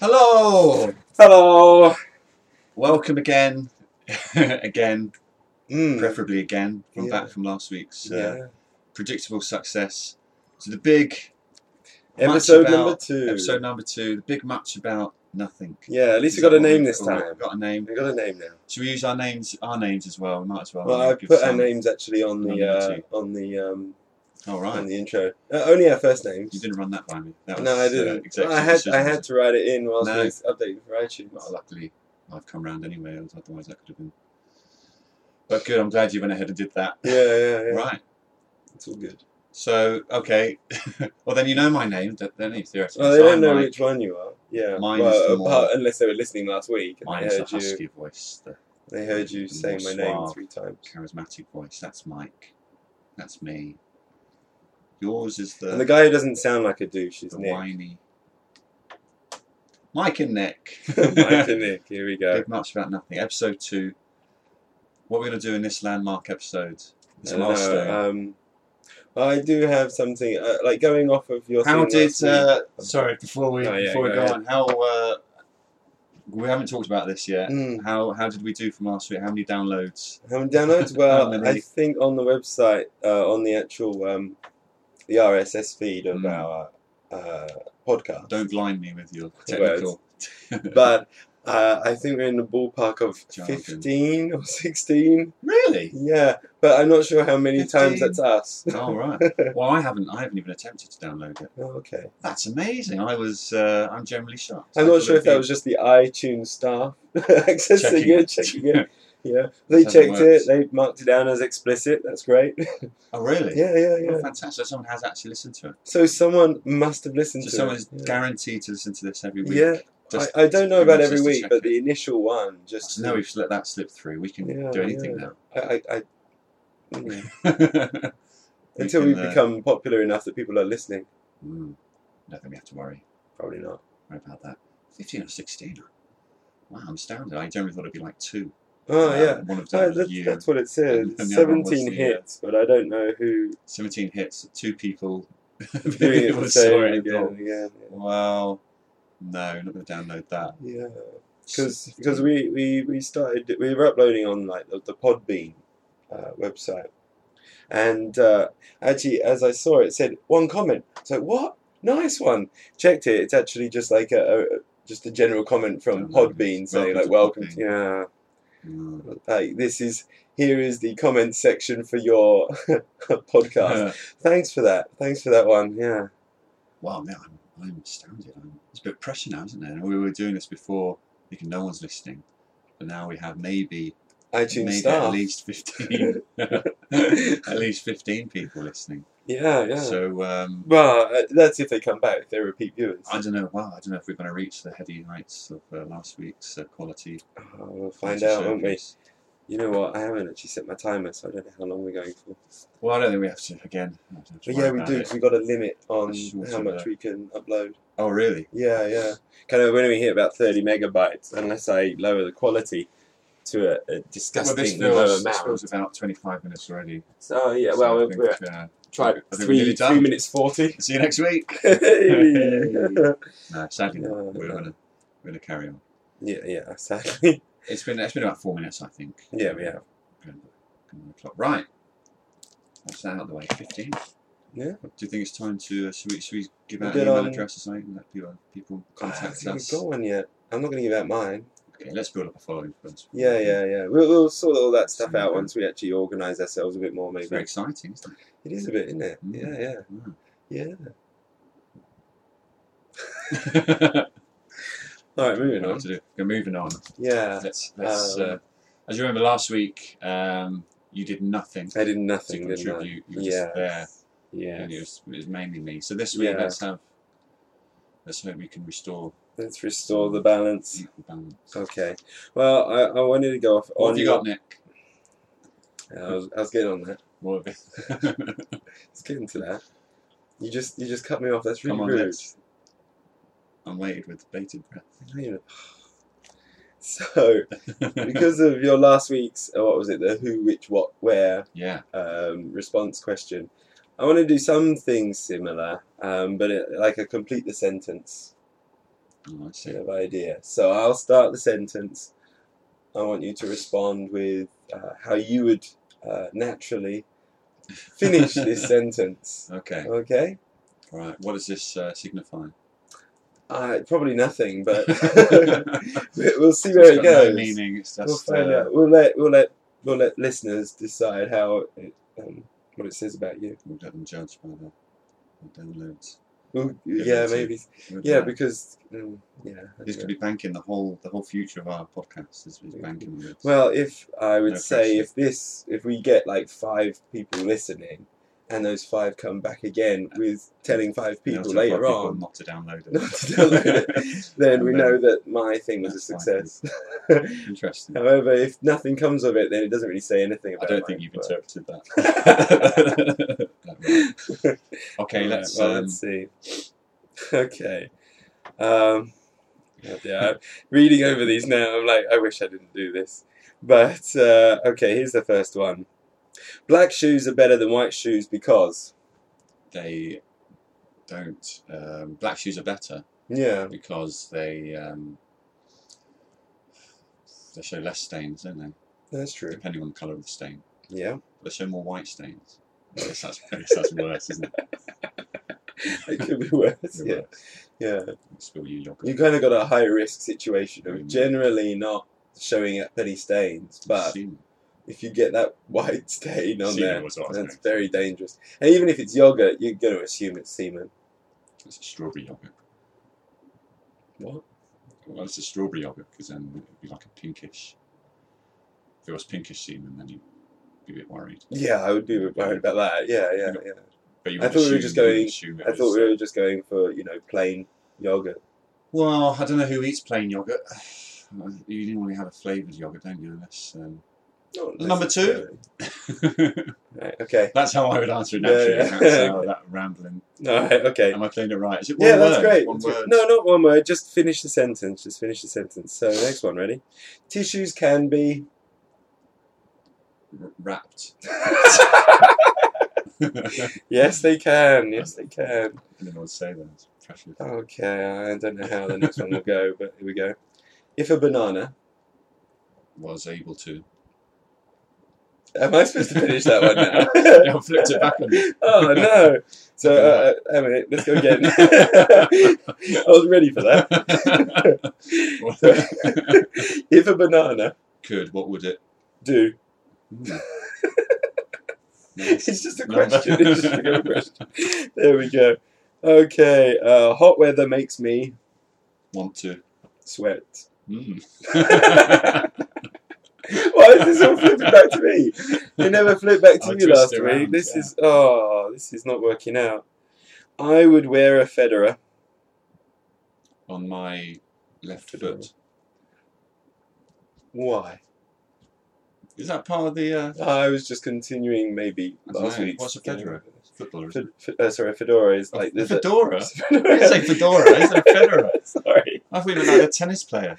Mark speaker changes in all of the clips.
Speaker 1: Hello!
Speaker 2: Hello.
Speaker 1: Welcome again. again,
Speaker 2: Mm.
Speaker 1: preferably again, from
Speaker 2: Yeah.
Speaker 1: back from last week's uh,
Speaker 2: Yeah.
Speaker 1: predictable success. So, the big
Speaker 2: Episode
Speaker 1: about
Speaker 2: number two.
Speaker 1: episode number two, the big much about nothing.
Speaker 2: Yeah, at
Speaker 1: Is
Speaker 2: least we got
Speaker 1: that
Speaker 2: a
Speaker 1: what
Speaker 2: name
Speaker 1: we
Speaker 2: this
Speaker 1: call it?
Speaker 2: time.
Speaker 1: We've got a name.
Speaker 2: We got a name now.
Speaker 1: Should we use our names? Our names as well. We might as well.
Speaker 2: Well,
Speaker 1: That'd
Speaker 2: I
Speaker 1: give
Speaker 2: put our
Speaker 1: some-
Speaker 2: names actually on
Speaker 1: on
Speaker 2: the
Speaker 1: number
Speaker 2: uh,
Speaker 1: two.
Speaker 2: on the um,
Speaker 1: All
Speaker 2: on
Speaker 1: right.
Speaker 2: the intro. Uh, only our first names.
Speaker 1: You didn't run that by me. That was,
Speaker 2: no, I
Speaker 1: uh,
Speaker 2: didn't.
Speaker 1: executive
Speaker 2: I had
Speaker 1: decision,
Speaker 2: I
Speaker 1: wasn't
Speaker 2: had to write it in whilst
Speaker 1: No.
Speaker 2: I was updating for iTunes.
Speaker 1: it? Well, luckily, I've come round anyway. Otherwise, that could have been. But good. I'm glad you went ahead and did that.
Speaker 2: Yeah, yeah, yeah.
Speaker 1: Right.
Speaker 2: It's all good.
Speaker 1: So okay, well then you know my name. Don't don't need theoretically.
Speaker 2: Well, they
Speaker 1: So
Speaker 2: don't
Speaker 1: I'm
Speaker 2: know
Speaker 1: like-
Speaker 2: which one you are. Yeah.
Speaker 1: Mine
Speaker 2: well,
Speaker 1: is the more-
Speaker 2: apart- unless they were listening last week and
Speaker 1: Mine's
Speaker 2: they
Speaker 1: the
Speaker 2: heard you.
Speaker 1: husky voice, the
Speaker 2: They heard you
Speaker 1: the
Speaker 2: say
Speaker 1: more
Speaker 2: my name
Speaker 1: suave.
Speaker 2: three times.
Speaker 1: charismatic voice. That's Mike. That's me. Yours is the
Speaker 2: And the guy who doesn't sound like a douche is
Speaker 1: the
Speaker 2: Nick.
Speaker 1: whiny. Mike and Nick.
Speaker 2: Mike and Nick. Here we go.
Speaker 1: Big much about nothing. Episode two. What we're gonna do in this landmark episode? This
Speaker 2: I don't know,
Speaker 1: milestone.
Speaker 2: Um, I do have something uh, like going off of your.
Speaker 1: how
Speaker 2: thing
Speaker 1: did?
Speaker 2: last week.
Speaker 1: Uh, sorry, before we
Speaker 2: Oh, yeah,
Speaker 1: before we
Speaker 2: go
Speaker 1: go
Speaker 2: ahead.
Speaker 1: on, how uh, we haven't talked about this yet.
Speaker 2: Mm,
Speaker 1: How how did we do from last week? How many downloads?
Speaker 2: how many downloads? Well,
Speaker 1: How many?
Speaker 2: I think on the website, uh, on the actual um, the RSS feed of
Speaker 1: Mm.
Speaker 2: our uh, podcast.
Speaker 1: Don't blind me with your
Speaker 2: Words.
Speaker 1: technical.
Speaker 2: But uh, I think we're in the ballpark of
Speaker 1: Jargon.
Speaker 2: fifteen or sixteen.
Speaker 1: really?
Speaker 2: Yeah, but I'm not sure how many
Speaker 1: 15?
Speaker 2: times that's us.
Speaker 1: All right. Well, I haven't. I haven't even attempted to download it.
Speaker 2: Oh, okay.
Speaker 1: That's amazing. I was. Uh, I'm generally shocked.
Speaker 2: I'm
Speaker 1: I
Speaker 2: not
Speaker 1: thought
Speaker 2: sure if
Speaker 1: it'd
Speaker 2: that
Speaker 1: be
Speaker 2: was just the iTunes staff accessing
Speaker 1: checking
Speaker 2: it, checking it. Yeah, they
Speaker 1: Hasn't
Speaker 2: checked it.
Speaker 1: worked.
Speaker 2: They marked it down as explicit. That's great.
Speaker 1: oh really?
Speaker 2: yeah, yeah,
Speaker 1: Oh,
Speaker 2: yeah.
Speaker 1: fantastic. So someone has actually listened to it.
Speaker 2: So someone must have listened
Speaker 1: So
Speaker 2: to
Speaker 1: someone's
Speaker 2: it.
Speaker 1: guaranteed to listen to this every week.
Speaker 2: yeah,
Speaker 1: Just-
Speaker 2: I, I don't know
Speaker 1: pretty
Speaker 2: about
Speaker 1: much
Speaker 2: every
Speaker 1: just to
Speaker 2: week,
Speaker 1: check
Speaker 2: but
Speaker 1: it.
Speaker 2: the initial one just.
Speaker 1: So now we've let that slip through. We can
Speaker 2: Yeah,
Speaker 1: do anything
Speaker 2: yeah.
Speaker 1: now.
Speaker 2: I, I, I, yeah.
Speaker 1: We
Speaker 2: Until
Speaker 1: can,
Speaker 2: we
Speaker 1: uh,
Speaker 2: become popular enough that people are listening,
Speaker 1: Mm, don't think we have to worry.
Speaker 2: probably not.
Speaker 1: Worry about that. Fifteen or sixteen. Wow, I'm astounded. I generally thought it'd be like two.
Speaker 2: Oh
Speaker 1: Uh,
Speaker 2: yeah.
Speaker 1: One of
Speaker 2: No,
Speaker 1: them was
Speaker 2: that's,
Speaker 1: you.
Speaker 2: that's what it
Speaker 1: And-
Speaker 2: says.
Speaker 1: and the other one was
Speaker 2: 17
Speaker 1: the, uh,
Speaker 2: hits, but I don't know who
Speaker 1: 17 hits, two people.
Speaker 2: doing it
Speaker 1: people
Speaker 2: the
Speaker 1: saw
Speaker 2: same
Speaker 1: it and
Speaker 2: again
Speaker 1: thought,
Speaker 2: and again.
Speaker 1: Well, no, not going to download that.
Speaker 2: Yeah. because because we, we we started we were uploading on like the, the Podbean uh, website, and uh, actually as I saw it, it said one comment. So what? Nice one. Checked it. It's actually just like a, a just a general comment from
Speaker 1: Download.
Speaker 2: Podbean saying
Speaker 1: Welcome
Speaker 2: like
Speaker 1: to
Speaker 2: welcome.
Speaker 1: Podbean."
Speaker 2: To, yeah,
Speaker 1: Mm.
Speaker 2: like this is here is the comment section for your podcast. Thanks for that. Thanks for that one. Yeah.
Speaker 1: wow, man, I'm, I'm astounded. I'm, it's a bit of pressure now, isn't there? And we were doing this before, thinking no one's listening. But now we have maybe,
Speaker 2: iTunes
Speaker 1: maybe
Speaker 2: star.
Speaker 1: at least 15. at least 15 people listening.
Speaker 2: Yeah, yeah.
Speaker 1: So, um,
Speaker 2: well, uh, that's if they come back. If they're repeat viewers.
Speaker 1: I don't know. Wow, I don't know if we're going to reach the heady heights of uh, last week's uh, quality.
Speaker 2: Oh, we'll find
Speaker 1: quality
Speaker 2: out, won't we?
Speaker 1: showcase.
Speaker 2: You know what? I haven't actually set my timer, so I don't know how long we're going for.
Speaker 1: Well, I don't think we have to again. I don't have to
Speaker 2: But
Speaker 1: worry
Speaker 2: yeah, we
Speaker 1: about
Speaker 2: do
Speaker 1: it.
Speaker 2: because we've got a limit on
Speaker 1: That's sort
Speaker 2: how
Speaker 1: of
Speaker 2: much
Speaker 1: a-
Speaker 2: we can upload.
Speaker 1: Oh, really?
Speaker 2: Yeah, yeah. Kind of when we hit about thirty megabytes, unless I lower the quality to a, a
Speaker 1: Well, this
Speaker 2: disgusting low
Speaker 1: feels, this
Speaker 2: amount.
Speaker 1: feels about 25 minutes already.
Speaker 2: So uh, yeah,
Speaker 1: So
Speaker 2: well,
Speaker 1: I
Speaker 2: we're,
Speaker 1: think,
Speaker 2: we're
Speaker 1: uh,
Speaker 2: tried
Speaker 1: I think we're
Speaker 2: three
Speaker 1: nearly
Speaker 2: three
Speaker 1: done.
Speaker 2: minutes forty.
Speaker 1: see you next week.
Speaker 2: yeah,
Speaker 1: No, sadly, not.
Speaker 2: No, no,
Speaker 1: we're
Speaker 2: no.
Speaker 1: gonna we're gonna carry on.
Speaker 2: yeah. Sadly,
Speaker 1: It's been it's been about four minutes, I think.
Speaker 2: yeah, we have.
Speaker 1: Going on the clock. Right. That's that out of the way. Fifteen.
Speaker 2: Yeah.
Speaker 1: Do you think it's time to uh, should, we, should we give out an
Speaker 2: Get
Speaker 1: email
Speaker 2: on-
Speaker 1: address or something and let people people
Speaker 2: I don't
Speaker 1: contact
Speaker 2: think
Speaker 1: us?
Speaker 2: we've got one yet. I'm not going to give out mine.
Speaker 1: Okay, let's build up a following first.
Speaker 2: Yeah, yeah, yeah. We'll, we'll sort all that stuff
Speaker 1: Sounds
Speaker 2: out
Speaker 1: good.
Speaker 2: once we actually organise ourselves a bit more,
Speaker 1: It's very
Speaker 2: maybe.
Speaker 1: exciting, isn't it?
Speaker 2: It is a bit, isn't it?
Speaker 1: Mm.
Speaker 2: Yeah, yeah,
Speaker 1: Wow.
Speaker 2: yeah. All
Speaker 1: All
Speaker 2: right, moving on.
Speaker 1: We're moving on.
Speaker 2: Yeah,
Speaker 1: Let's, let's
Speaker 2: um,
Speaker 1: uh, as you remember last week, um, you did nothing
Speaker 2: I did
Speaker 1: to
Speaker 2: nothing, didn't I?
Speaker 1: contribute. You were
Speaker 2: Yeah,
Speaker 1: just there.
Speaker 2: yeah.
Speaker 1: And it was, it was mainly me. So this week,
Speaker 2: Yeah.
Speaker 1: let's have. Let's hope we can restore
Speaker 2: Let's restore the balance.
Speaker 1: equal balance.
Speaker 2: Okay. Well, I, I wanted to go off
Speaker 1: What
Speaker 2: Oh, on
Speaker 1: have you got, Nick?
Speaker 2: I was, I was getting on that.
Speaker 1: What have you-
Speaker 2: Let's get into that. You just you just cut me off. That's really
Speaker 1: Come on,
Speaker 2: rude.
Speaker 1: let's. I'm waited with bated breath.
Speaker 2: Not even- So, because of your last week's uh, what was it? The who, which, what, where
Speaker 1: yeah.
Speaker 2: um, response question. I want to do something similar, um, but it, like a complete the sentence
Speaker 1: Oh, I see.
Speaker 2: sort of idea. So I'll start the sentence. I want you to respond with uh, how you would uh, naturally finish this sentence.
Speaker 1: Okay.
Speaker 2: Okay?
Speaker 1: All right. What does this uh, signify?
Speaker 2: Uh, probably nothing, but
Speaker 1: It's
Speaker 2: we'll see where it
Speaker 1: got no
Speaker 2: goes.
Speaker 1: meaning. It's
Speaker 2: we'll
Speaker 1: just.
Speaker 2: find
Speaker 1: uh,
Speaker 2: out. We'll let we'll let we'll let listeners decide how it, um, what it says about you.
Speaker 1: We'll let them judge by the, the downloads.
Speaker 2: We'll,
Speaker 1: Yeah,
Speaker 2: yeah,
Speaker 1: that's it.
Speaker 2: maybe.
Speaker 1: Good
Speaker 2: Yeah,
Speaker 1: man.
Speaker 2: because mm, yeah.
Speaker 1: this could be banking the whole the whole future of our podcast is, is banking on this.
Speaker 2: Well, if I would
Speaker 1: No
Speaker 2: say
Speaker 1: pressure.
Speaker 2: if this if we get like five people listening, and those five come back again with telling five
Speaker 1: You know,
Speaker 2: people
Speaker 1: to
Speaker 2: later
Speaker 1: people
Speaker 2: on,
Speaker 1: not to download it.
Speaker 2: Not to download then we
Speaker 1: And
Speaker 2: know that my thing was a
Speaker 1: That's fine.
Speaker 2: success.
Speaker 1: Interesting.
Speaker 2: However, if nothing comes of it, then it doesn't really say anything
Speaker 1: I
Speaker 2: about.
Speaker 1: don't
Speaker 2: my
Speaker 1: think you've
Speaker 2: work.
Speaker 1: interpreted that. Right. Okay,
Speaker 2: Alright,
Speaker 1: let's.
Speaker 2: well,
Speaker 1: um,
Speaker 2: let's see. Okay. Um, oh dear, I'm reading over these now, I'm like, I wish I didn't do this. But uh, okay, here's the first one. Black shoes are better than white shoes because.
Speaker 1: they don't. Um, black shoes are better
Speaker 2: Yeah.
Speaker 1: because they um, they show less stains, don't they?
Speaker 2: That's true.
Speaker 1: Depending on the colour of the stain,
Speaker 2: Yeah.
Speaker 1: they show more white stains. I guess that's, I guess that's worse, isn't it?
Speaker 2: It could be worse.
Speaker 1: You're
Speaker 2: yeah.
Speaker 1: right.
Speaker 2: Yeah.
Speaker 1: Spill your yogurt.
Speaker 2: You kind of got a high risk situation of
Speaker 1: Mm.
Speaker 2: generally not showing up any stains, but
Speaker 1: Semen.
Speaker 2: if you get that white stain on
Speaker 1: Semen
Speaker 2: there,
Speaker 1: was what I was
Speaker 2: that's
Speaker 1: going for.
Speaker 2: very dangerous. And even if it's yogurt, you're going to assume it's semen.
Speaker 1: It's a strawberry yogurt.
Speaker 2: What?
Speaker 1: Well, it's a strawberry yogurt because then it'd be like a pinkish. If it was pinkish semen, then you'd be a bit worried.
Speaker 2: Yeah, I would be worried about that. Yeah, yeah, yeah.
Speaker 1: But you
Speaker 2: I
Speaker 1: would
Speaker 2: thought we were
Speaker 1: assume-
Speaker 2: just
Speaker 1: you would
Speaker 2: going-
Speaker 1: assume it
Speaker 2: I thought
Speaker 1: was,
Speaker 2: we
Speaker 1: uh,
Speaker 2: were just going for you know plain yogurt.
Speaker 1: Well, I don't know who eats plain yogurt. You didn't want to have a flavoured yogurt, don't you? Unless, um...
Speaker 2: Not
Speaker 1: Number two.
Speaker 2: necessarily. Right, okay.
Speaker 1: that's how I would answer it
Speaker 2: Yeah,
Speaker 1: naturally.
Speaker 2: yeah.
Speaker 1: That's how that rambling.
Speaker 2: All right. Okay.
Speaker 1: Am I playing it right? Is it one
Speaker 2: Yeah, that's
Speaker 1: word?
Speaker 2: great.
Speaker 1: One
Speaker 2: That's great.
Speaker 1: word.
Speaker 2: No, not one word. Just finish the sentence. Just finish the sentence. So next one, ready? Tissues can be.
Speaker 1: R- wrapped.
Speaker 2: yes, they can. Yes, they can.
Speaker 1: Anyone would say that. It's pressure.
Speaker 2: Okay. I don't know how the next one will go, but here we go. If a banana.
Speaker 1: Was able to.
Speaker 2: Am I supposed to finish that one now?
Speaker 1: yeah, I flipped it back on you.
Speaker 2: Oh no! So uh, uh, hang a minute, let's go again. I was ready for that. If a banana
Speaker 1: Could what would it?
Speaker 2: do,
Speaker 1: Nice.
Speaker 2: it's just a
Speaker 1: Number.
Speaker 2: question. It's just a question. There we go. Okay, uh, hot weather makes me
Speaker 1: Want to?
Speaker 2: sweat.
Speaker 1: Mm.
Speaker 2: Why is this all flipping back to me? It never flipped back to
Speaker 1: I'll
Speaker 2: me
Speaker 1: twist
Speaker 2: last
Speaker 1: it
Speaker 2: week.
Speaker 1: around,
Speaker 2: This
Speaker 1: yeah.
Speaker 2: is oh, this is not working out. I would wear a Federer.
Speaker 1: on my left foot.
Speaker 2: Why?
Speaker 1: Is that part of the uh,
Speaker 2: I was just continuing maybe
Speaker 1: I don't
Speaker 2: last
Speaker 1: know.
Speaker 2: week's.
Speaker 1: What's a Federer? footballer? Is it?
Speaker 2: Fe- fe- uh, sorry, fedora is like
Speaker 1: a
Speaker 2: there's
Speaker 1: fedora.
Speaker 2: A,
Speaker 1: I didn't say fedora. I said fedora.
Speaker 2: sorry,
Speaker 1: I thought you meant like a tennis player.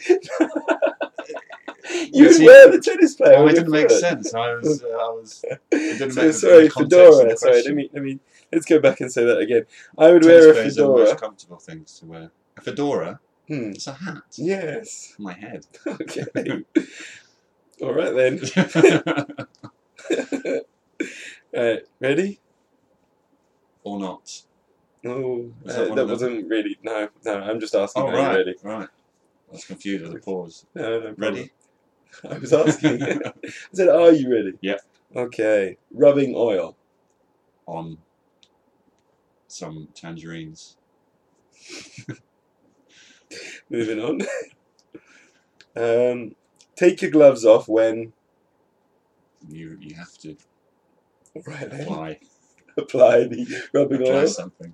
Speaker 2: you
Speaker 1: Is
Speaker 2: would
Speaker 1: he-
Speaker 2: wear the tennis player.
Speaker 1: Oh,
Speaker 2: on
Speaker 1: it
Speaker 2: your
Speaker 1: didn't make
Speaker 2: foot.
Speaker 1: sense. I was, uh, I was. didn't
Speaker 2: so
Speaker 1: make the-
Speaker 2: sorry,
Speaker 1: the context of
Speaker 2: fedora.
Speaker 1: the
Speaker 2: Sorry, let
Speaker 1: question.
Speaker 2: me let me let's go back and say that again. I would
Speaker 1: tennis
Speaker 2: wear a
Speaker 1: players are the most
Speaker 2: fedora.
Speaker 1: comfortable things to wear. A fedora.
Speaker 2: Hmm.
Speaker 1: It's a hat.
Speaker 2: Yes.
Speaker 1: On my head.
Speaker 2: Okay. All right then. All right. Uh, Ready?
Speaker 1: or not.
Speaker 2: Oh,
Speaker 1: Was
Speaker 2: uh,
Speaker 1: that
Speaker 2: that,
Speaker 1: one of them?
Speaker 2: wasn't really. No, no. I'm just asking.
Speaker 1: Oh
Speaker 2: are you
Speaker 1: right,
Speaker 2: ready?
Speaker 1: right. I was confused with the pause.
Speaker 2: No, no problem.
Speaker 1: Ready?
Speaker 2: I was asking. I said, "Are you ready?"
Speaker 1: Yep.
Speaker 2: Okay. Rubbing oil.
Speaker 1: On some tangerines.
Speaker 2: Moving on. um, take your gloves off when.
Speaker 1: You you have to
Speaker 2: Right then.
Speaker 1: apply
Speaker 2: Apply the rubbing
Speaker 1: apply
Speaker 2: oil
Speaker 1: something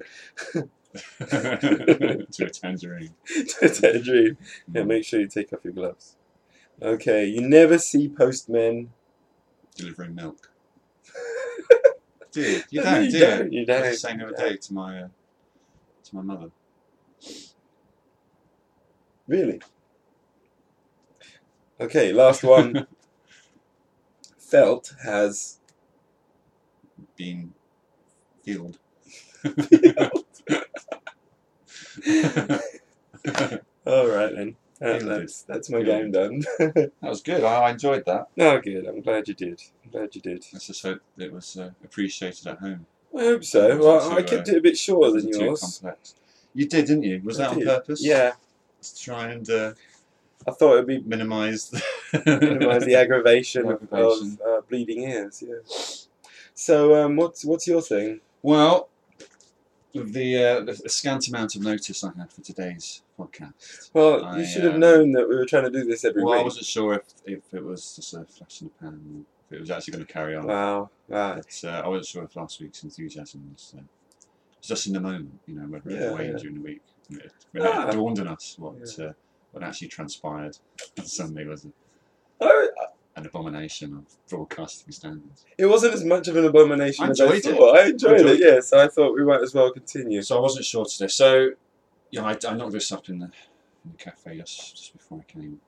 Speaker 1: to a tangerine. Mm,
Speaker 2: to tangerine. Yeah, make sure you take off your gloves. Okay, you never see postmen.
Speaker 1: Delivering milk. Dude, you
Speaker 2: No,
Speaker 1: don't,
Speaker 2: you
Speaker 1: do
Speaker 2: don't, you
Speaker 1: it. I
Speaker 2: don't,
Speaker 1: was just saying the other
Speaker 2: you don't.
Speaker 1: day to my uh, to my mother.
Speaker 2: Really? Okay, last one. Felt has.
Speaker 1: Being filled.
Speaker 2: Oh, Uh,
Speaker 1: He'll
Speaker 2: that's that's my
Speaker 1: He'll
Speaker 2: game done.
Speaker 1: That was good. I, I enjoyed that.
Speaker 2: no, good. I'm glad you did. I'm glad you did.
Speaker 1: Let's just hope it was uh, appreciated at home.
Speaker 2: I hope so. Well, I
Speaker 1: Wasn't too,
Speaker 2: kept it a bit shorter
Speaker 1: Wasn't
Speaker 2: than
Speaker 1: too
Speaker 2: yours.
Speaker 1: complex. You did, didn't you? Was
Speaker 2: I
Speaker 1: that on
Speaker 2: did.
Speaker 1: purpose?
Speaker 2: Yeah,
Speaker 1: To try and uh,
Speaker 2: I thought it'd be
Speaker 1: minimise the,
Speaker 2: minimise the aggravation of,
Speaker 1: Aggravation.
Speaker 2: of uh, bleeding ears. Yeah. So, um, what's what's your thing?
Speaker 1: Well, with the, uh, the scant amount of notice I had for today's podcast.
Speaker 2: Well,
Speaker 1: I,
Speaker 2: you should have
Speaker 1: um,
Speaker 2: known that we were trying to do this every
Speaker 1: Well, I
Speaker 2: week.
Speaker 1: wasn't sure if, if it was just a flash in the pan, or if it was actually going to carry on.
Speaker 2: Wow, wow.
Speaker 1: But uh, I wasn't sure if last week's enthusiasm was, uh, was just in the moment, you know, whether it
Speaker 2: Yeah,
Speaker 1: waned
Speaker 2: yeah.
Speaker 1: during the week. When it, when
Speaker 2: Ah.
Speaker 1: it dawned on us what, uh, what actually transpired on Sunday was
Speaker 2: I,
Speaker 1: an abomination of broadcasting standards.
Speaker 2: Oh, it wasn't as much of an abomination
Speaker 1: I
Speaker 2: as I
Speaker 1: enjoyed it.
Speaker 2: thought. I enjoyed,
Speaker 1: Enjoyed
Speaker 2: it. Yes, I thought we might as well continue.
Speaker 1: So I wasn't sure today. So, yeah, I, I knocked this up in the, in the cafe just, just before I came.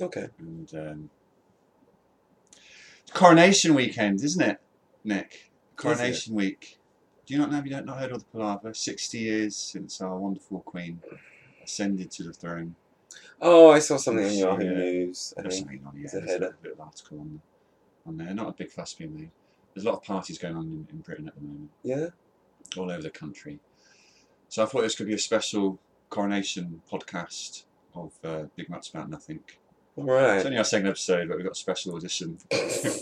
Speaker 2: Okay.
Speaker 1: And um, it's coronation weekend, isn't it, Nick? Coronation week. Do you not know? Have you not- not heard of the palaver? Sixty years since our wonderful queen ascended to the throne.
Speaker 2: Oh, I saw something on Yahoo
Speaker 1: Yeah.
Speaker 2: News. I
Speaker 1: There's
Speaker 2: think.
Speaker 1: something on, yeah,
Speaker 2: It's a
Speaker 1: there's a
Speaker 2: header.
Speaker 1: little bit of article on, on there. Not a big fuss being made. There's a lot of parties going on in, in Britain at the moment,
Speaker 2: Yeah.
Speaker 1: all over the country. So I thought this could be a special coronation podcast of uh, Big Much About Nothing.
Speaker 2: All
Speaker 1: It's
Speaker 2: right.
Speaker 1: only our second episode, but we've got a special edition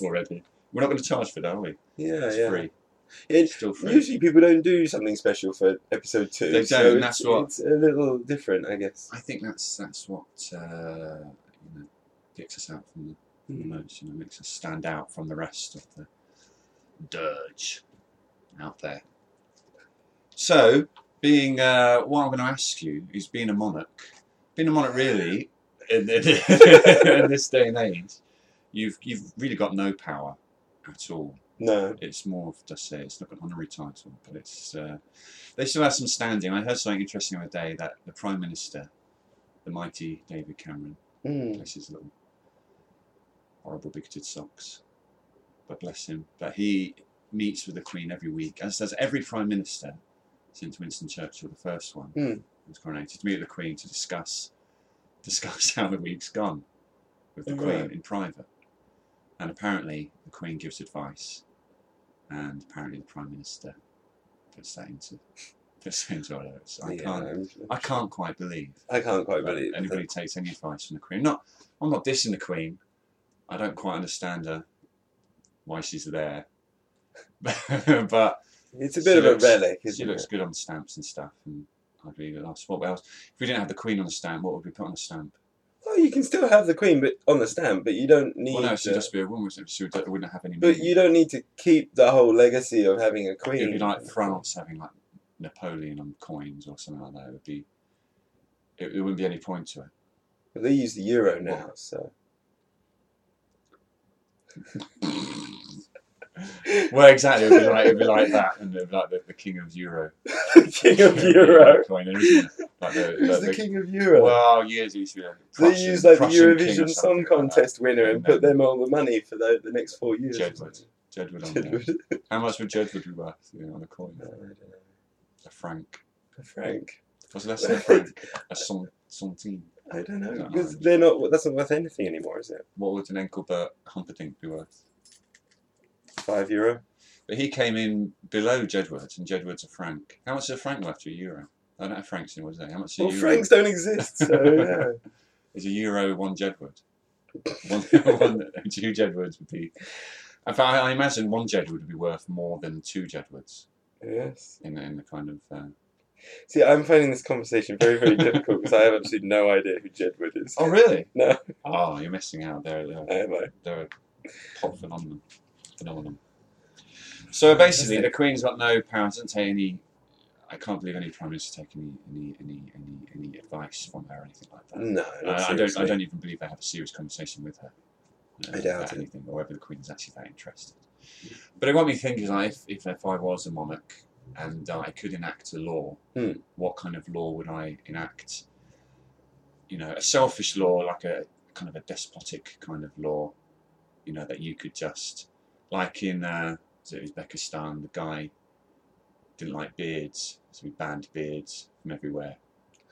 Speaker 1: already. We're not going to charge for that, are we?
Speaker 2: Yeah,
Speaker 1: It's
Speaker 2: yeah.
Speaker 1: free.
Speaker 2: It-
Speaker 1: It's still free.
Speaker 2: Usually people don't do something special for episode two.
Speaker 1: They
Speaker 2: so
Speaker 1: don't,
Speaker 2: it's-
Speaker 1: that's what-
Speaker 2: It's a little different, I guess.
Speaker 1: I think that's that's what uh, you know picks us out from the, from the
Speaker 2: Mm.
Speaker 1: most. You know, makes us stand out from the rest of the dirge out there. So, being uh, what I'm going to ask you is being a monarch. Being a monarch, really, in, in, in this day and age, you've you've really got no power at all.
Speaker 2: No.
Speaker 1: it's more of just say it's not an honorary title, but it's uh, they still have some standing. I heard something interesting the other day that the Prime Minister, the mighty David Cameron,
Speaker 2: Mm.
Speaker 1: bless his little horrible bigoted socks, but bless him, that he meets with the Queen every week, as does every Prime Minister since Winston Churchill, the first one,
Speaker 2: Hmm.
Speaker 1: who was coronated, to meet with the Queen to discuss discuss how the week's gone with the
Speaker 2: Oh,
Speaker 1: Queen
Speaker 2: right.
Speaker 1: in private. And apparently, the Queen gives advice, and apparently the Prime Minister puts that into puts that into our notes. I
Speaker 2: Yeah,
Speaker 1: can't.
Speaker 2: I'm-
Speaker 1: I can't quite believe
Speaker 2: I can't quite
Speaker 1: that
Speaker 2: believe it.
Speaker 1: anybody takes any advice from the Queen. Not, I'm not dissing the Queen. I don't quite understand her why she's there, but
Speaker 2: It's a
Speaker 1: She
Speaker 2: bit of a
Speaker 1: looks-
Speaker 2: relic,
Speaker 1: she
Speaker 2: isn't
Speaker 1: looks
Speaker 2: it?
Speaker 1: good on stamps and stuff. And I'd be lost. What else? If we didn't have the Queen on the stamp, what would we put on the stamp?
Speaker 2: Well, you can still have the queen, but on the stamp, but you don't need.
Speaker 1: Well, no, she'd
Speaker 2: to-
Speaker 1: just be a woman. wouldn't She She would, wouldn't have any.
Speaker 2: But
Speaker 1: meaning.
Speaker 2: you don't need to keep the whole legacy of having a queen.
Speaker 1: It'd be like France having like Napoleon on coins or something like that. It would be. It, there wouldn't be any point to it.
Speaker 2: But they use the euro now, so.
Speaker 1: Well, exactly. It'd be like it'd be like that, and it'd be like the, the king of Euro.
Speaker 2: king
Speaker 1: It'd
Speaker 2: of
Speaker 1: be
Speaker 2: euro.
Speaker 1: like coin, isn't it? Like the,
Speaker 2: Who's
Speaker 1: like
Speaker 2: the
Speaker 1: the-
Speaker 2: king of euro?
Speaker 1: Well, years used to be. a
Speaker 2: they
Speaker 1: Prussian-
Speaker 2: use like the
Speaker 1: Prussian king or
Speaker 2: Eurovision
Speaker 1: something
Speaker 2: Song
Speaker 1: like that.
Speaker 2: Contest winner and
Speaker 1: And
Speaker 2: put
Speaker 1: then-
Speaker 2: them all the money for the, the next four years. or
Speaker 1: Jedward.
Speaker 2: something.
Speaker 1: Jedward on there.
Speaker 2: Jedward.
Speaker 1: How much would Jedward be worth you know, on a coin?
Speaker 2: No, I don't know.
Speaker 1: A franc.
Speaker 2: Frank.
Speaker 1: What's less than a franc? A cent- centime.
Speaker 2: I don't
Speaker 1: I
Speaker 2: know
Speaker 1: don't
Speaker 2: because
Speaker 1: know.
Speaker 2: they're not. That's not worth anything anymore, is it?
Speaker 1: What would an Engelbert Humperdinck be worth?
Speaker 2: Five euro.
Speaker 1: But he came in below Jedward, and Jedward's a franc. How much is a franc worth to a euro? I don't have francs in was there. How much is a
Speaker 2: Well,
Speaker 1: euro?
Speaker 2: francs don't exist, so yeah.
Speaker 1: Is a euro one Jedward? One, one, two Jedwards would be. In fact, I, I imagine one Jedward would be worth more than two Jedwards
Speaker 2: yes.
Speaker 1: in, in the kind of. Uh...
Speaker 2: See, I'm finding this conversation very, very difficult because I have absolutely no idea who Jedward is.
Speaker 1: Oh, really?
Speaker 2: No.
Speaker 1: Oh, you're missing out. They're, they're,
Speaker 2: Am I?
Speaker 1: they're a pop phenomenon. phenomenon. So basically, the Queen's got no power, doesn't take any. I can't believe any prime minister take any any any any, any advice from her or anything like that.
Speaker 2: No, not
Speaker 1: I, I don't. I
Speaker 2: seriously.
Speaker 1: don't even believe they have a serious conversation with her. uh,
Speaker 2: I doubt
Speaker 1: about
Speaker 2: it.
Speaker 1: anything, or whether the Queen's actually that interested. But it got me thinking: like, if, if if I was a monarch and I could enact a law,
Speaker 2: Hmm.
Speaker 1: what kind of law would I enact? You know, a selfish law, like a kind of a despotic kind of law, you know, that you could just, like in uh, was it Uzbekistan, the guy didn't like beards, so he banned beards from everywhere.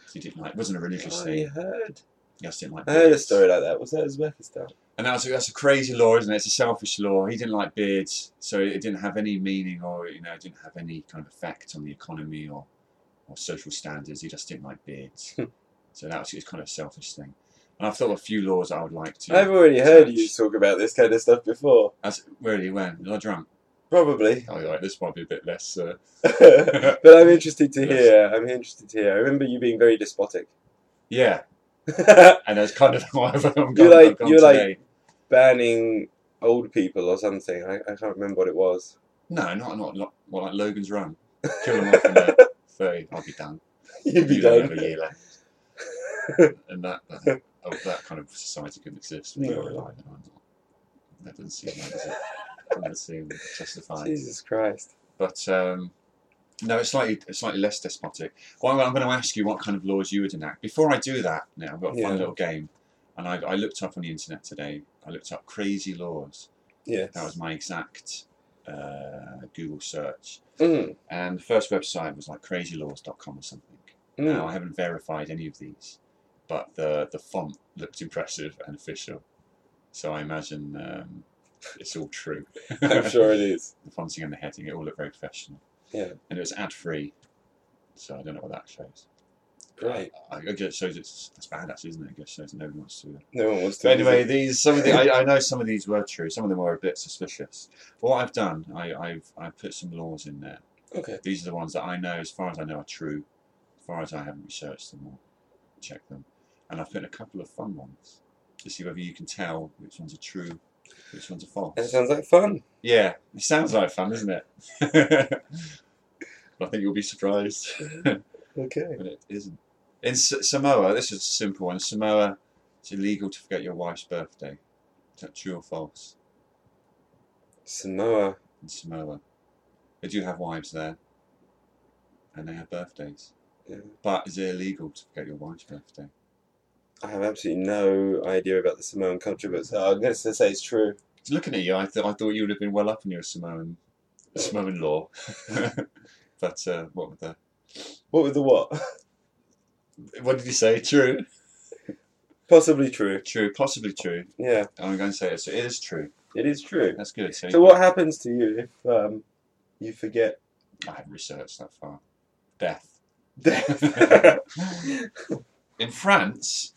Speaker 1: So he didn't like. It wasn't a religious
Speaker 2: I
Speaker 1: thing.
Speaker 2: heard.
Speaker 1: Yes, didn't like
Speaker 2: I heard a
Speaker 1: beards.
Speaker 2: story like that. Was that Uzbekistan?
Speaker 1: And that's, that's a crazy law, isn't it? It's a selfish law. He didn't like beards, so it didn't have any meaning or, you know, it didn't have any kind of effect on the economy or, or social standards. He just didn't like beards. so that was his kind of selfish thing. And I've thought of a few laws I would like to.
Speaker 2: I've already heard
Speaker 1: touch.
Speaker 2: you talk about this kind of stuff before.
Speaker 1: That's really when? Was I drunk?
Speaker 2: Probably.
Speaker 1: I was like, this might be a bit less. Uh...
Speaker 2: but I'm interested to hear. I'm interested to hear. I remember you being very despotic.
Speaker 1: Yeah,
Speaker 2: Banning
Speaker 1: and that's kind of why I've gone,
Speaker 2: You like-
Speaker 1: I've gone
Speaker 2: you like-
Speaker 1: today.
Speaker 2: old people or something. I, I can't remember what it was.
Speaker 1: No, not, not, not well, like Logan's Run. Kill them off in the 30, I'll be done.
Speaker 2: You'd be
Speaker 1: You don't have
Speaker 2: done.
Speaker 1: a year left. and that, that, oh, that kind of society couldn't exist when
Speaker 2: No.
Speaker 1: you're alive and I'm not. That doesn't seem like does it? doesn't seem justified.
Speaker 2: Jesus Christ.
Speaker 1: But um, no, it's slightly it's slightly less despotic. Well, I'm going to ask you what kind of laws you would enact. Before I do that, now I've got a fun
Speaker 2: Yeah.
Speaker 1: little game, and I, I looked up on the internet today. I looked up crazy laws.
Speaker 2: Yes.
Speaker 1: That was my exact uh, Google search,
Speaker 2: Mm,
Speaker 1: and the first website was like crazylaws.com or something.
Speaker 2: mm.
Speaker 1: Now, I haven't verified any of these, but the the font looked impressive and official, so I imagine um, it's all true.
Speaker 2: I'm sure it is.
Speaker 1: the fonting and the heading, it all looked very professional.
Speaker 2: Yeah.
Speaker 1: And it was ad free, so I don't know what that shows.
Speaker 2: Great.
Speaker 1: I, I guess it shows it's that's bad actually, isn't it? I guess it shows nobody wants to.
Speaker 2: No one wants to.
Speaker 1: So anyway, these some of the I, I know some of these were true, some of them were a bit suspicious. But what I've done, I, I've I've put some laws in there.
Speaker 2: Okay.
Speaker 1: These are the ones that I know, as far as I know, are true. As far as I haven't researched them or checked them, and I've put in a couple of fun ones to see whether you can tell which ones are true, which ones are false.
Speaker 2: That sounds like fun.
Speaker 1: Yeah, it sounds like fun, doesn't it? but I think you'll be surprised when
Speaker 2: Okay.
Speaker 1: it isn't. In S- Samoa, this is a simple one. Samoa, it's illegal to forget your wife's birthday. Is that true or false?
Speaker 2: Samoa.
Speaker 1: In Samoa, they do have wives there, and they have birthdays.
Speaker 2: Yeah.
Speaker 1: But is it illegal to forget your wife's birthday?
Speaker 2: I have absolutely no idea about the Samoan culture, but so I'm going to say it's true.
Speaker 1: Looking at you, I, th- I thought you would have been well up in your Samoan Samoan law. but uh, what with the
Speaker 2: What with the what?
Speaker 1: what did you say? True,
Speaker 2: Possibly true.
Speaker 1: true, possibly true.
Speaker 2: Yeah,
Speaker 1: I'm going to say it. So it is true.
Speaker 2: it is true.
Speaker 1: That's good. So,
Speaker 2: So what happens to you if um, you forget
Speaker 1: I haven't researched that far. Death.
Speaker 2: death?
Speaker 1: In France,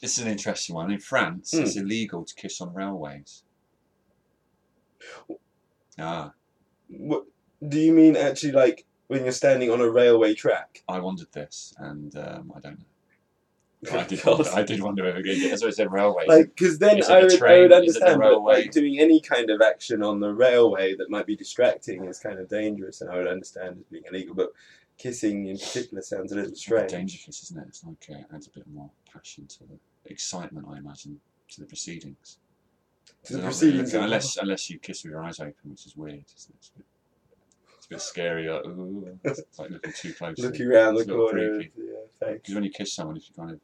Speaker 1: this is an interesting one. In France,
Speaker 2: Hmm.
Speaker 1: it's illegal to kiss on railways. Ah,
Speaker 2: what, do you mean actually like when you're standing on a railway track?
Speaker 1: I wondered this, and um, I don't know. I
Speaker 2: Like
Speaker 1: did, wonder, Oh, I did wonder if it That's why I said railways.
Speaker 2: because then
Speaker 1: Is it
Speaker 2: I
Speaker 1: the
Speaker 2: would, I
Speaker 1: train? Is
Speaker 2: would
Speaker 1: it the
Speaker 2: understand, but
Speaker 1: railway?
Speaker 2: like doing any kind of action on the railway that might be distracting is kind of dangerous, and I would understand as being illegal. But kissing in particular sounds a little strange.
Speaker 1: dangerous, isn't it? It's like uh, adds a bit more passion to the excitement, I imagine, to the proceedings.
Speaker 2: To the
Speaker 1: They're not really
Speaker 2: proceedings
Speaker 1: looking-
Speaker 2: of-
Speaker 1: unless unless you kiss with your eyes open, which is weird, isn't it? It's a bit, it's a bit scary. Like, ooh, it's like looking too close.
Speaker 2: Looking around the
Speaker 1: It's a little
Speaker 2: corner,
Speaker 1: creepy.
Speaker 2: yeah,
Speaker 1: Because when you kiss someone, if you kind of,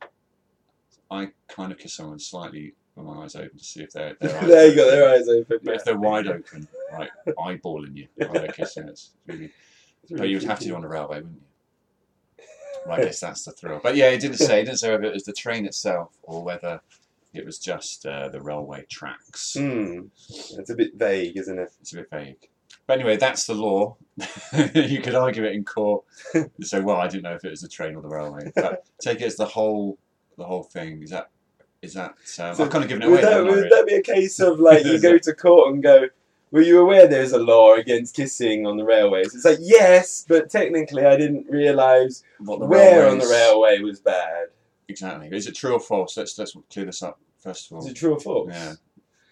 Speaker 1: I kind of kiss someone slightly with my eyes open to see if they're. they're eyes
Speaker 2: there you go,
Speaker 1: open.
Speaker 2: their eyes open.
Speaker 1: But if they're wide open, like eyeballing you while they're kissing, it's really but you would have to do on the railway, wouldn't you? Well, I guess that's the thrill. But yeah, it didn't say. It didn't say whether it was the train itself or whether it was just uh, the railway tracks.
Speaker 2: Hmm. It's a bit vague, isn't it?
Speaker 1: It's a bit vague. But anyway, that's the law. you could argue it in court and say, "Well, I didn't know if it was the train or the railway." But take it as the whole, the whole thing. Is that? Is that? Um,
Speaker 2: So
Speaker 1: I've kind of given it away.
Speaker 2: Would that,
Speaker 1: haven't I,
Speaker 2: would
Speaker 1: really?
Speaker 2: that be a case of like you go to court and go, "Were you aware there is a law against kissing on the railways?" It's like yes, but technically I didn't realise
Speaker 1: What the
Speaker 2: where on the
Speaker 1: railways-
Speaker 2: railway was bad.
Speaker 1: Exactly. Is it true or false? Let's let's clear this up first of
Speaker 2: Is
Speaker 1: all.
Speaker 2: it true or false?
Speaker 1: Oh. Yeah,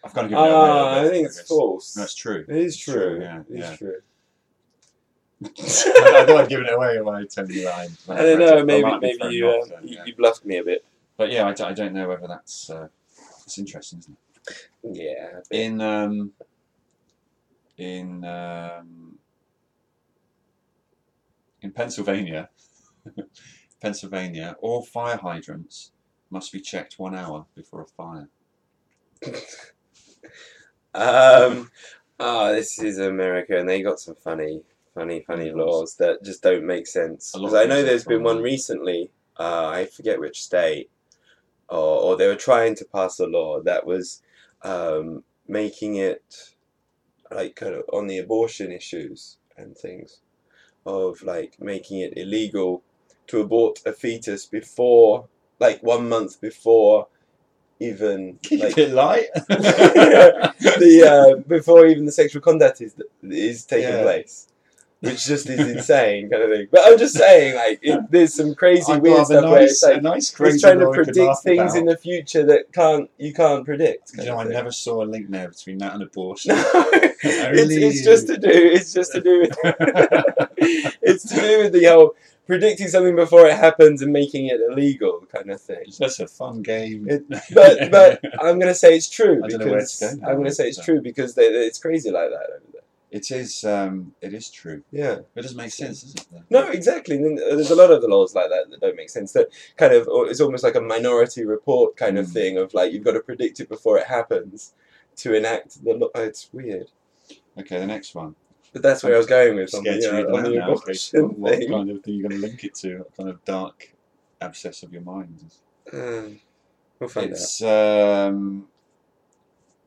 Speaker 1: I've kind of given it away. a little
Speaker 2: Ah, Uh, I
Speaker 1: bit,
Speaker 2: think it's
Speaker 1: guess.
Speaker 2: false.
Speaker 1: No, it's true.
Speaker 2: it is
Speaker 1: It's
Speaker 2: true.
Speaker 1: true, yeah,
Speaker 2: it is
Speaker 1: yeah.
Speaker 2: true.
Speaker 1: I thought I'd given it away by telling you that. I,
Speaker 2: I don't know. Maybe
Speaker 1: might be
Speaker 2: maybe
Speaker 1: thrown
Speaker 2: you,
Speaker 1: off
Speaker 2: uh,
Speaker 1: then,
Speaker 2: you
Speaker 1: yeah.
Speaker 2: you bluffed me a bit.
Speaker 1: But yeah, I, d- I don't know whether that's uh, it's interesting, isn't
Speaker 2: Yeah.
Speaker 1: it? In um, in um, in Pennsylvania, Pennsylvania, all fire hydrants must be checked one hour before a fire.
Speaker 2: Um, ah, this is America, and they got some funny, funny, funny laws that just don't make sense.
Speaker 1: A lot
Speaker 2: Because I
Speaker 1: of
Speaker 2: know
Speaker 1: things
Speaker 2: there's
Speaker 1: are
Speaker 2: been one
Speaker 1: wrong.
Speaker 2: recently. Uh, I forget which state, or, or they were trying to pass a law that was um, making it like kind of on the abortion issues and things of like making it illegal to abort a fetus before like one month before even
Speaker 1: Keep
Speaker 2: like
Speaker 1: it light.
Speaker 2: the uh, before even the sexual contact is is taking
Speaker 1: Yeah.
Speaker 2: place, which just is insane kind of thing. But I'm just saying, like, it, there's some crazy
Speaker 1: I'd
Speaker 2: weird
Speaker 1: rather
Speaker 2: stuff where
Speaker 1: nice,
Speaker 2: it's
Speaker 1: a
Speaker 2: like
Speaker 1: nice
Speaker 2: it's
Speaker 1: crazy
Speaker 2: trying to
Speaker 1: lawyer could
Speaker 2: predict
Speaker 1: laugh
Speaker 2: things
Speaker 1: about.
Speaker 2: in the future that can't you can't predict.
Speaker 1: You
Speaker 2: kind
Speaker 1: know,
Speaker 2: of
Speaker 1: I
Speaker 2: thing.
Speaker 1: never saw a link there between that and abortion.
Speaker 2: No, it's, it's
Speaker 1: Only-
Speaker 2: just to do. It's just to do with. it's to do with the whole predicting something before it happens and making it illegal kind of thing.
Speaker 1: It's just a fun game.
Speaker 2: It- But but I'm gonna say it's true
Speaker 1: I don't know where
Speaker 2: because
Speaker 1: to go now
Speaker 2: I'm gonna
Speaker 1: with
Speaker 2: say it's
Speaker 1: that.
Speaker 2: true because they, they- it's crazy like that over there.
Speaker 1: it is. Um, it is true.
Speaker 2: Yeah.
Speaker 1: It doesn't make sense, does it? though?
Speaker 2: No, exactly. And then uh, There's a lot of the laws like that that don't make sense. That kind of or it's almost like a minority report kind of
Speaker 1: Mm.
Speaker 2: thing of like you've got to predict it before it happens to enact the law. Oh, It's weird,
Speaker 1: Okay, the next one.
Speaker 2: but that's where i was going with on
Speaker 1: Scared
Speaker 2: the,
Speaker 1: to read
Speaker 2: uh, on
Speaker 1: that
Speaker 2: the
Speaker 1: now. okay,
Speaker 2: abortion
Speaker 1: What, what
Speaker 2: thing.
Speaker 1: kind of thing you're going to link it to? What kind of dark abscess of your mind?
Speaker 2: Uh, we'll find out.
Speaker 1: It's um,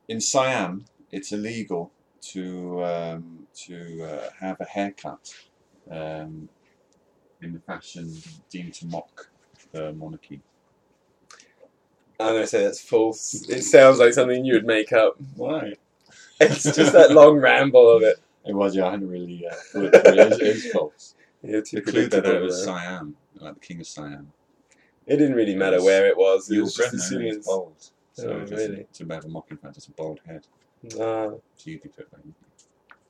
Speaker 1: in Siam. It's illegal to um, to uh, have a haircut um, in the fashion deemed to mock the monarchy.
Speaker 2: I'm gonna say that's false. It sounds like something you would make up.
Speaker 1: Why?
Speaker 2: It's just that long ramble of it.
Speaker 1: It was. Yeah, I hadn't really. Uh, thought it, through. it, is, it is false.
Speaker 2: You're too
Speaker 1: The clue that it
Speaker 2: predictable,
Speaker 1: was
Speaker 2: though.
Speaker 1: Siam, like the king of Siam.
Speaker 2: It didn't really matter where it was. It
Speaker 1: Your
Speaker 2: was just as soon
Speaker 1: is
Speaker 2: as.
Speaker 1: bald. So
Speaker 2: Oh,
Speaker 1: it doesn't-
Speaker 2: really?
Speaker 1: to have a mocking fact, it's a bald head.
Speaker 2: Ah,
Speaker 1: So you'd be put back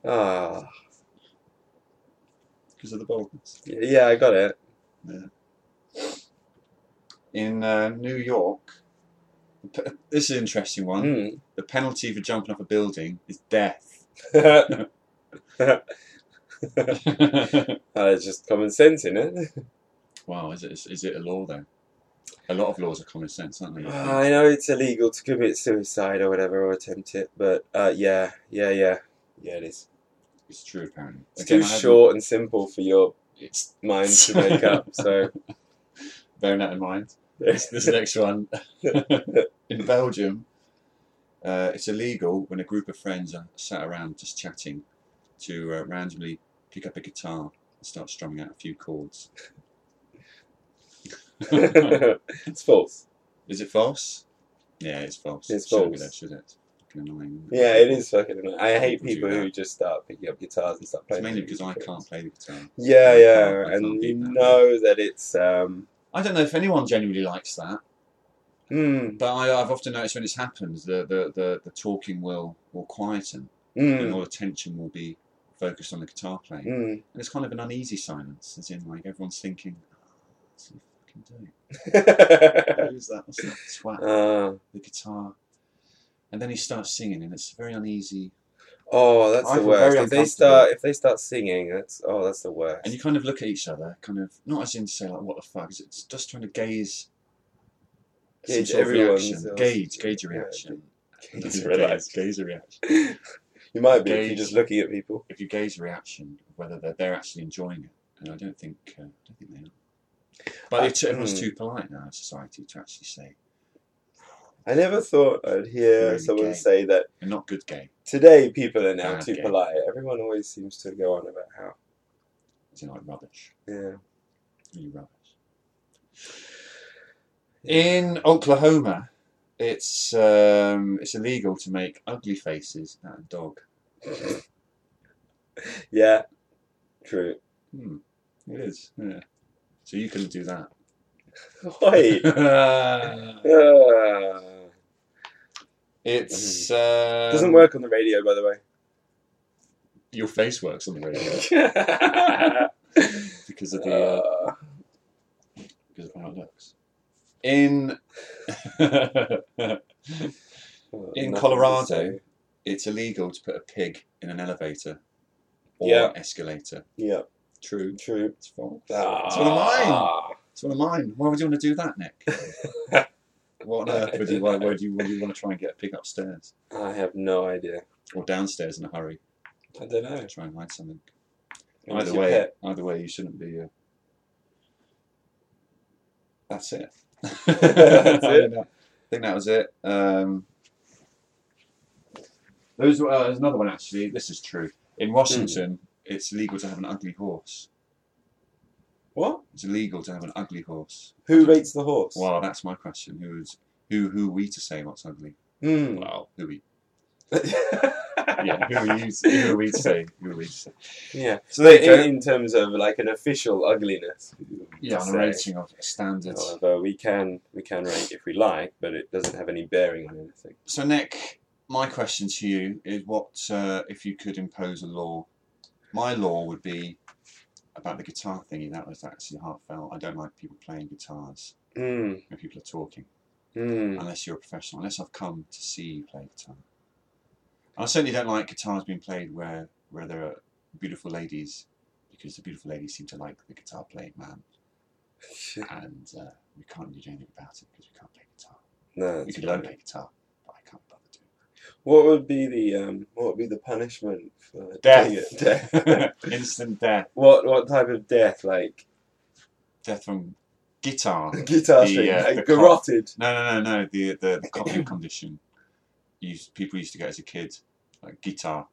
Speaker 2: ah,
Speaker 1: because of the baldness.
Speaker 2: yeah, I got it.
Speaker 1: In uh, New York, the pe- this is an interesting one.
Speaker 2: Hmm.
Speaker 1: The penalty for jumping off a building is death.
Speaker 2: oh, it's just common sense, in it?
Speaker 1: Mm-hmm. wow, is it is, is it a law then? A lot of laws are common sense, aren't they?
Speaker 2: I know it's illegal to commit suicide or whatever or attempt it, but uh, yeah, yeah, yeah, yeah, it is.
Speaker 1: It's true, apparently.
Speaker 2: It's
Speaker 1: Again,
Speaker 2: too
Speaker 1: I haven't-
Speaker 2: short and simple for your
Speaker 1: It's
Speaker 2: mind to make up. So
Speaker 1: bearing that in mind. This, this next one in Belgium, uh, it's illegal when a group of friends are sat around just chatting to uh, randomly pick up a guitar and start strumming out a few chords.
Speaker 2: it's false.
Speaker 1: Is it false? Yeah, it's false.
Speaker 2: It's
Speaker 1: Shouldn't be
Speaker 2: false.
Speaker 1: there, should it? Fucking annoying.
Speaker 2: Yeah, it is fucking annoying. I
Speaker 1: People
Speaker 2: hate
Speaker 1: do
Speaker 2: people
Speaker 1: that.
Speaker 2: who just start picking up guitars and start
Speaker 1: It's
Speaker 2: playing.
Speaker 1: mainly
Speaker 2: them.
Speaker 1: because I can't play the guitar.
Speaker 2: Yeah,
Speaker 1: I
Speaker 2: yeah,
Speaker 1: can't- I can't
Speaker 2: and you
Speaker 1: beat that.
Speaker 2: know that it's um.
Speaker 1: I don't know if anyone genuinely likes that,
Speaker 2: Mm,
Speaker 1: but I, I've often noticed when it's happened, the, the, the, the talking will, will quieten and
Speaker 2: mm,
Speaker 1: all attention will be focused on the guitar playing.
Speaker 2: mm.
Speaker 1: And it's kind of an uneasy silence, as in, like, everyone's thinking, oh, what's he fucking doing? Who's that? What's that twat?
Speaker 2: uh,
Speaker 1: The guitar. And then he starts singing, and it's very uneasy.
Speaker 2: Oh, that's
Speaker 1: I
Speaker 2: the
Speaker 1: feel
Speaker 2: worst.
Speaker 1: very
Speaker 2: If they
Speaker 1: uncomfortable.
Speaker 2: start, if they start singing, that's oh, that's the worst.
Speaker 1: And you kind of look at each other, kind of, not as in to say, like, what the fuck, it's just trying to gaze. some
Speaker 2: Gauge
Speaker 1: sort of
Speaker 2: everyone's-
Speaker 1: reaction. Gauge, gauge a reaction.
Speaker 2: Gaze,
Speaker 1: Gaze,
Speaker 2: relax.
Speaker 1: Gaze a reaction.
Speaker 2: you might be if you're
Speaker 1: Gauge.
Speaker 2: just looking at people.
Speaker 1: If you gaze a reaction, whether they're, they're actually enjoying it, and I don't think uh, I don't think they are. But
Speaker 2: I-
Speaker 1: it's- everyone's
Speaker 2: hmm.
Speaker 1: too polite now in society to actually say,
Speaker 2: I never thought I'd hear
Speaker 1: Really
Speaker 2: someone
Speaker 1: gay.
Speaker 2: say that
Speaker 1: "You're not good gay."
Speaker 2: today people are now
Speaker 1: Ah,
Speaker 2: too
Speaker 1: gay.
Speaker 2: polite. Everyone always seems to go on about how
Speaker 1: It's like rubbish.
Speaker 2: yeah.
Speaker 1: really rubbish. In Oklahoma, it's um, it's illegal to make ugly faces at a dog.
Speaker 2: Yeah. True.
Speaker 1: Hmm, it is. Yeah. So you couldn't do that.
Speaker 2: Wait. Ah.
Speaker 1: it's um,
Speaker 2: Hmm. Doesn't work on the radio, by the
Speaker 1: Your face works on the radio
Speaker 2: way.
Speaker 1: because of the uh, because of how it looks. In in Colorado, it's illegal to put a pig in an elevator or
Speaker 2: Yeah.
Speaker 1: escalator.
Speaker 2: Yeah.
Speaker 1: True.
Speaker 2: True. Ah,
Speaker 1: It's false.
Speaker 2: That's
Speaker 1: It's one of mine. It's one of mine. Why would you want to do that, Nick? what on earth would you, why would you, would you want to try and get a pig upstairs
Speaker 2: I have no idea.
Speaker 1: or downstairs in a hurry
Speaker 2: I don't
Speaker 1: to
Speaker 2: know.
Speaker 1: try and hide something?
Speaker 2: Unless
Speaker 1: Either
Speaker 2: you
Speaker 1: way,
Speaker 2: pet.
Speaker 1: either way, you shouldn't be. Uh... That's it.
Speaker 2: That's it.
Speaker 1: I think that was it. Um, there's, uh, there's another one actually. This is true. In Washington, it's legal to have an ugly horse.
Speaker 2: What?
Speaker 1: It's illegal to have an ugly horse.
Speaker 2: Who rates the horse?
Speaker 1: Well, that's my question. Who is who? Who are we to say what's ugly?
Speaker 2: Hmm.
Speaker 1: Well, who are we? Yeah, who are you? Who are we to say? Who are we to say?
Speaker 2: yeah.
Speaker 1: So there you
Speaker 2: In,
Speaker 1: go.
Speaker 2: in terms of like an official ugliness.
Speaker 1: Yeah,
Speaker 2: to
Speaker 1: on a
Speaker 2: say.
Speaker 1: rating of standards.
Speaker 2: However, we can we can rank if we like, but it doesn't have any bearing on anything.
Speaker 1: So Nick, my question to you is: What uh, if you could impose a law? My law would be about the guitar thingy. That was actually heartfelt. I don't like people playing guitars
Speaker 2: Hmm.
Speaker 1: when people are talking,
Speaker 2: Hmm.
Speaker 1: unless you're a professional. Unless I've come to see you play guitar. And I certainly don't like guitars being played where where there are beautiful ladies, because the beautiful ladies seem to like the guitar playing man,
Speaker 2: Hmm.
Speaker 1: and uh, we can't really do anything about it because we can't play guitar.
Speaker 2: No.
Speaker 1: We
Speaker 2: that's
Speaker 1: could learn to
Speaker 2: fine.
Speaker 1: play guitar, but I can't bother doing. it.
Speaker 2: What would be the um? What would be the punishment for doing it?
Speaker 1: Death.
Speaker 2: Death.
Speaker 1: Instant death.
Speaker 2: what what type of death? Like
Speaker 1: Death from guitar.
Speaker 2: guitar
Speaker 1: The,
Speaker 2: string,
Speaker 1: uh, the
Speaker 2: like
Speaker 1: cop.
Speaker 2: garroted.
Speaker 1: No, no, no, no. The the, the copying condition. Used, people used to get as a kid, like guitar.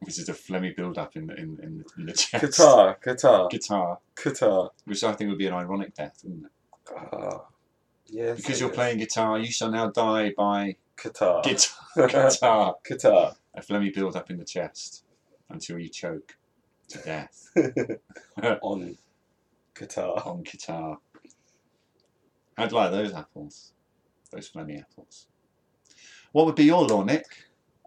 Speaker 1: Which is a phlegmy build-up in the in, in, the, in the chest.
Speaker 2: Qatar, Qatar,
Speaker 1: Guitar,
Speaker 2: Qatar.
Speaker 1: which I think would be an ironic death, wouldn't it?
Speaker 2: Ah, yes.
Speaker 1: Because
Speaker 2: I
Speaker 1: you're
Speaker 2: guess.
Speaker 1: playing guitar, you shall now die by
Speaker 2: Qatar.
Speaker 1: guitar. guitar.
Speaker 2: Qatar.
Speaker 1: A phlegmy build-up in the chest until you choke to death
Speaker 2: On Qatar.
Speaker 1: on guitar. I'd like those apples, those phlegmy apples. What would be your law, Nick?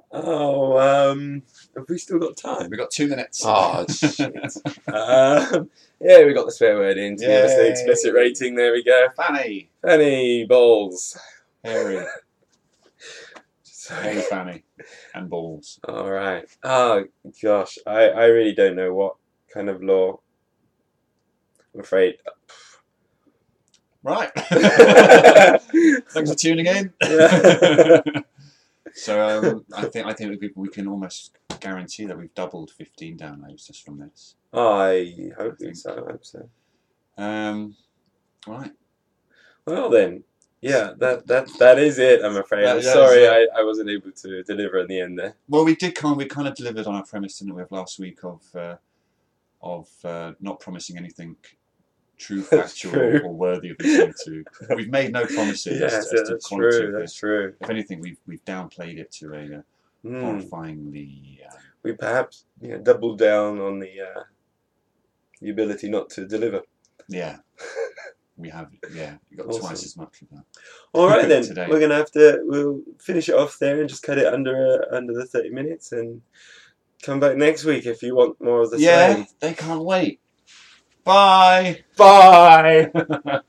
Speaker 2: Oh, um, have we still got time?
Speaker 1: We've got two minutes.
Speaker 2: Oh, shit. um, yeah, we got the swear word in. To give us the
Speaker 1: Yay.
Speaker 2: explicit rating. There we go.
Speaker 1: Fanny,
Speaker 2: Fanny balls.
Speaker 1: hairy, hairy Fanny, and balls.
Speaker 2: All right. Oh gosh, I I really don't know what kind of law. I'm afraid.
Speaker 1: Right. Thanks
Speaker 2: Yeah.
Speaker 1: for tuning in. so um, I think I think we, we can almost guarantee that we've doubled 15 downloads just from this.
Speaker 2: I hope
Speaker 1: I think-
Speaker 2: so. I hope so.
Speaker 1: Um, right.
Speaker 2: Well then, yeah, that that that is it. I'm afraid.
Speaker 1: That-
Speaker 2: I'm
Speaker 1: that is
Speaker 2: sorry, I,
Speaker 1: it.
Speaker 2: I wasn't able to deliver in the end there.
Speaker 1: Well, we did kind of, we kind of delivered on our premise, didn't we, of last week of uh, of uh, not promising anything true,
Speaker 2: That's
Speaker 1: factual,
Speaker 2: true.
Speaker 1: or worthy of listening to. We've made no promises
Speaker 2: yeah,
Speaker 1: as,
Speaker 2: yeah,
Speaker 1: as to the
Speaker 2: that's
Speaker 1: quality
Speaker 2: true.
Speaker 1: of
Speaker 2: That's
Speaker 1: this.
Speaker 2: true.
Speaker 1: If anything, we've we've downplayed it to a uh,
Speaker 2: Hmm.
Speaker 1: horrifyingly. Uh,
Speaker 2: We perhaps you know, doubled down on the uh, the ability not to deliver.
Speaker 1: yeah, we have. Yeah, we got
Speaker 2: Awesome.
Speaker 1: twice as much of that.
Speaker 2: All right then,
Speaker 1: Today.
Speaker 2: we're gonna have to we'll finish it off there and just cut it under uh, under the thirty minutes and come back next week if you want more of the
Speaker 1: yeah,
Speaker 2: same.
Speaker 1: they can't wait. Bye.
Speaker 2: Bye.